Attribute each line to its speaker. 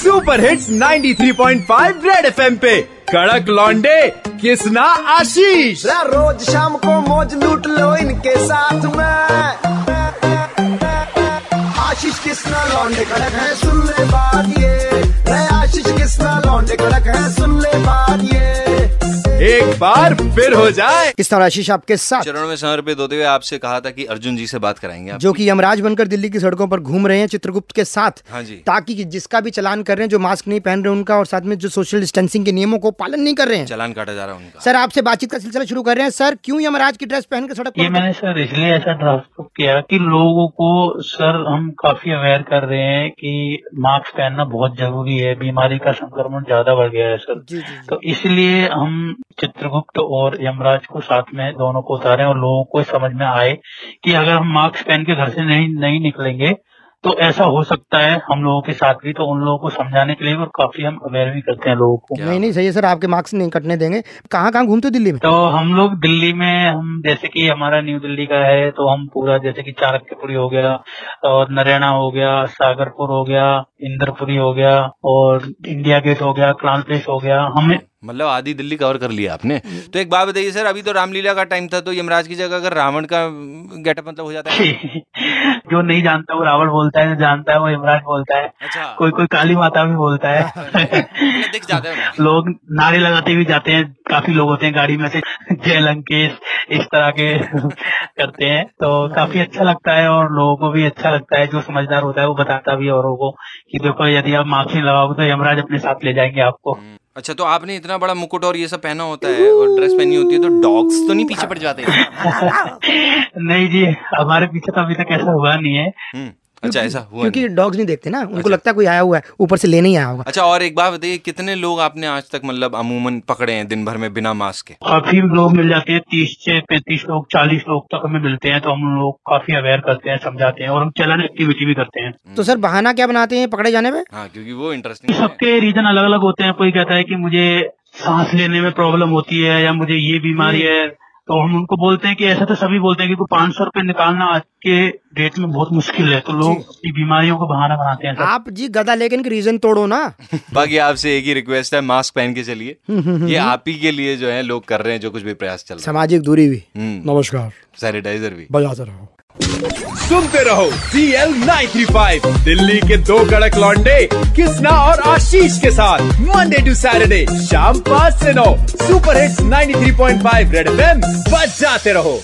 Speaker 1: Super hits 93.5 red FM पे कड़क लौंडे किसना आशीष
Speaker 2: जरा रोज शाम को मौज लूट लो इनके साथ में आशीष किसना लौंडे कड़क है सुन ले बात ये रे आशीष किसना लौंडे कड़क है सुन ले बात ये
Speaker 1: एक बार फिर हो जाए
Speaker 3: किस तरह आशीष आपके साथ
Speaker 4: चरणों में समर्पित होते हुए आपसे कहा था कि अर्जुन जी से बात कराएंगे आप
Speaker 3: जो कि यमराज बनकर दिल्ली की सड़कों पर घूम रहे हैं चित्रगुप्त के साथ
Speaker 4: हाँ जी।
Speaker 3: ताकि कि जिसका भी चलान कर रहे हैं जो मास्क नहीं पहन रहे हैं उनका और साथ में जो सोशल डिस्टेंसिंग के नियमों को पालन नहीं कर रहे हैं
Speaker 4: चलान काटा जा रहा है उनका
Speaker 3: सर आपसे बातचीत का सिलसिला शुरू कर रहे हैं सर क्यों यमराज की ड्रेस पहनकर सड़क
Speaker 5: ये
Speaker 3: पर
Speaker 5: मैंने सर इसलिए ऐसा ड्राफ्ट किया कि लोगों को सर हम काफी अवेयर कर रहे हैं कि मास्क पहनना बहुत जरूरी है बीमारी का संक्रमण ज्यादा बढ़ गया है सर
Speaker 3: जी जी जी
Speaker 5: तो इसलिए हम चित्रगुप्त और यमराज को साथ में दोनों को उतारे और लोगों को समझ में आए कि अगर हम मास्क पहन के घर से नहीं नहीं निकलेंगे तो ऐसा हो सकता है हम लोगों के साथ भी तो उन लोगों को समझाने के लिए और काफी हम अवेयर भी करते हैं लोगों को
Speaker 4: क्या?
Speaker 3: नहीं नहीं सही है सर आपके मार्क्स नहीं कटने देंगे कहाँ कहाँ घूमते हो दिल्ली में
Speaker 5: तो हम लोग दिल्ली में हम जैसे कि हमारा न्यू दिल्ली का है तो हम पूरा जैसे कि चाणक्यपुरी हो गया और नरैना हो गया सागरपुर हो गया इंद्रपुरी हो गया और इंडिया गेट हो गया क्रांत प्लेस हो गया हम
Speaker 4: मतलब आधी दिल्ली कवर कर लिया आपने तो एक बात बताइए सर अभी तो रामलीला का टाइम था तो यमराज की जगह अगर रावण का गेटअप मतलब हो जाता है
Speaker 5: जो नहीं जानता वो रावण बोलता है जो जानता है वो इमरान बोलता है
Speaker 4: अच्छा
Speaker 5: कोई कोई काली माता भी बोलता है
Speaker 4: मतलब दिख जाता है उन्हें।
Speaker 5: लोग नारे लगाते हुए जाते हैं काफी लोग होते हैं गाड़ी में से जय लंकेश इस तरह के करते हैं तो काफी अच्छा लगता है और लोगों को भी अच्छा लगता है जो समझदार होता है वो बताता भी है औरों को कि देखो यदि आप मास्क नहीं लगाओगे तो यमराज अपने साथ ले जाएंगे आपको
Speaker 4: अच्छा तो आपने इतना बड़ा मुकुट और ये सब पहना होता है और ड्रेस पहनी होती है तो डॉग्स तो नहीं पीछे पड़ जाते
Speaker 5: नहीं जी हमारे पीछे तो अभी तक ऐसा हुआ नहीं है
Speaker 4: हम्म, अच्छा ऐसा हुआ
Speaker 3: क्योंकि
Speaker 4: नहीं।
Speaker 3: डॉग्स नहीं देखते ना उनको
Speaker 4: अच्छा।
Speaker 3: लगता है कोई आया हुआ है ऊपर से लेने ही आया होगा
Speaker 4: अच्छा और एक बात बताइए कितने लोग आपने आज तक मतलब अमूमन पकड़े हैं दिन भर में बिना मास्क के
Speaker 5: काफी लोग मिल जाते हैं तीस से पैंतीस लोग चालीस लोग तक हमें मिलते हैं तो हम लोग काफी अवेयर करते हैं समझाते हैं और हम चलन एक्टिविटी भी करते हैं
Speaker 4: हम्म।
Speaker 3: तो सर बहाना क्या बनाते हैं पकड़े जाने पे
Speaker 4: हाँ क्योंकि वो इंटरेस्टिंग है
Speaker 5: सबके रीजन अलग अलग होते हैं कोई कहता है कि मुझे सांस लेने में प्रॉब्लम होती है या मुझे ये बीमारी है तो हम उनको बोलते हैं कि ऐसा तो सभी बोलते हैं कि पाँच सौ रूपये निकालना आज के डेट में बहुत मुश्किल है तो लोग अपनी बीमारियों को बहाना बनाते
Speaker 4: हाँ।
Speaker 5: हैं सर
Speaker 3: आप जी गधा लेकिन रीजन तोड़ो ना
Speaker 4: बाकी आपसे एक ही रिक्वेस्ट है मास्क पहन के चलिए ये आप ही के लिए जो है लोग कर रहे हैं जो कुछ भी प्रयास चल रहा
Speaker 3: सामाजिक दूरी भी
Speaker 4: है
Speaker 3: नमस्कार
Speaker 4: सैनिटाइजर भी
Speaker 3: बजाते रहो
Speaker 1: सुनते रहो DL 935 दिल्ली के दो कड़क लौंडे किसना और आशीष के साथ मंडे टू सैटरडे शाम पाँच से नौ सुपर हिट्स 93.5 रेड एफएम बजाते रहो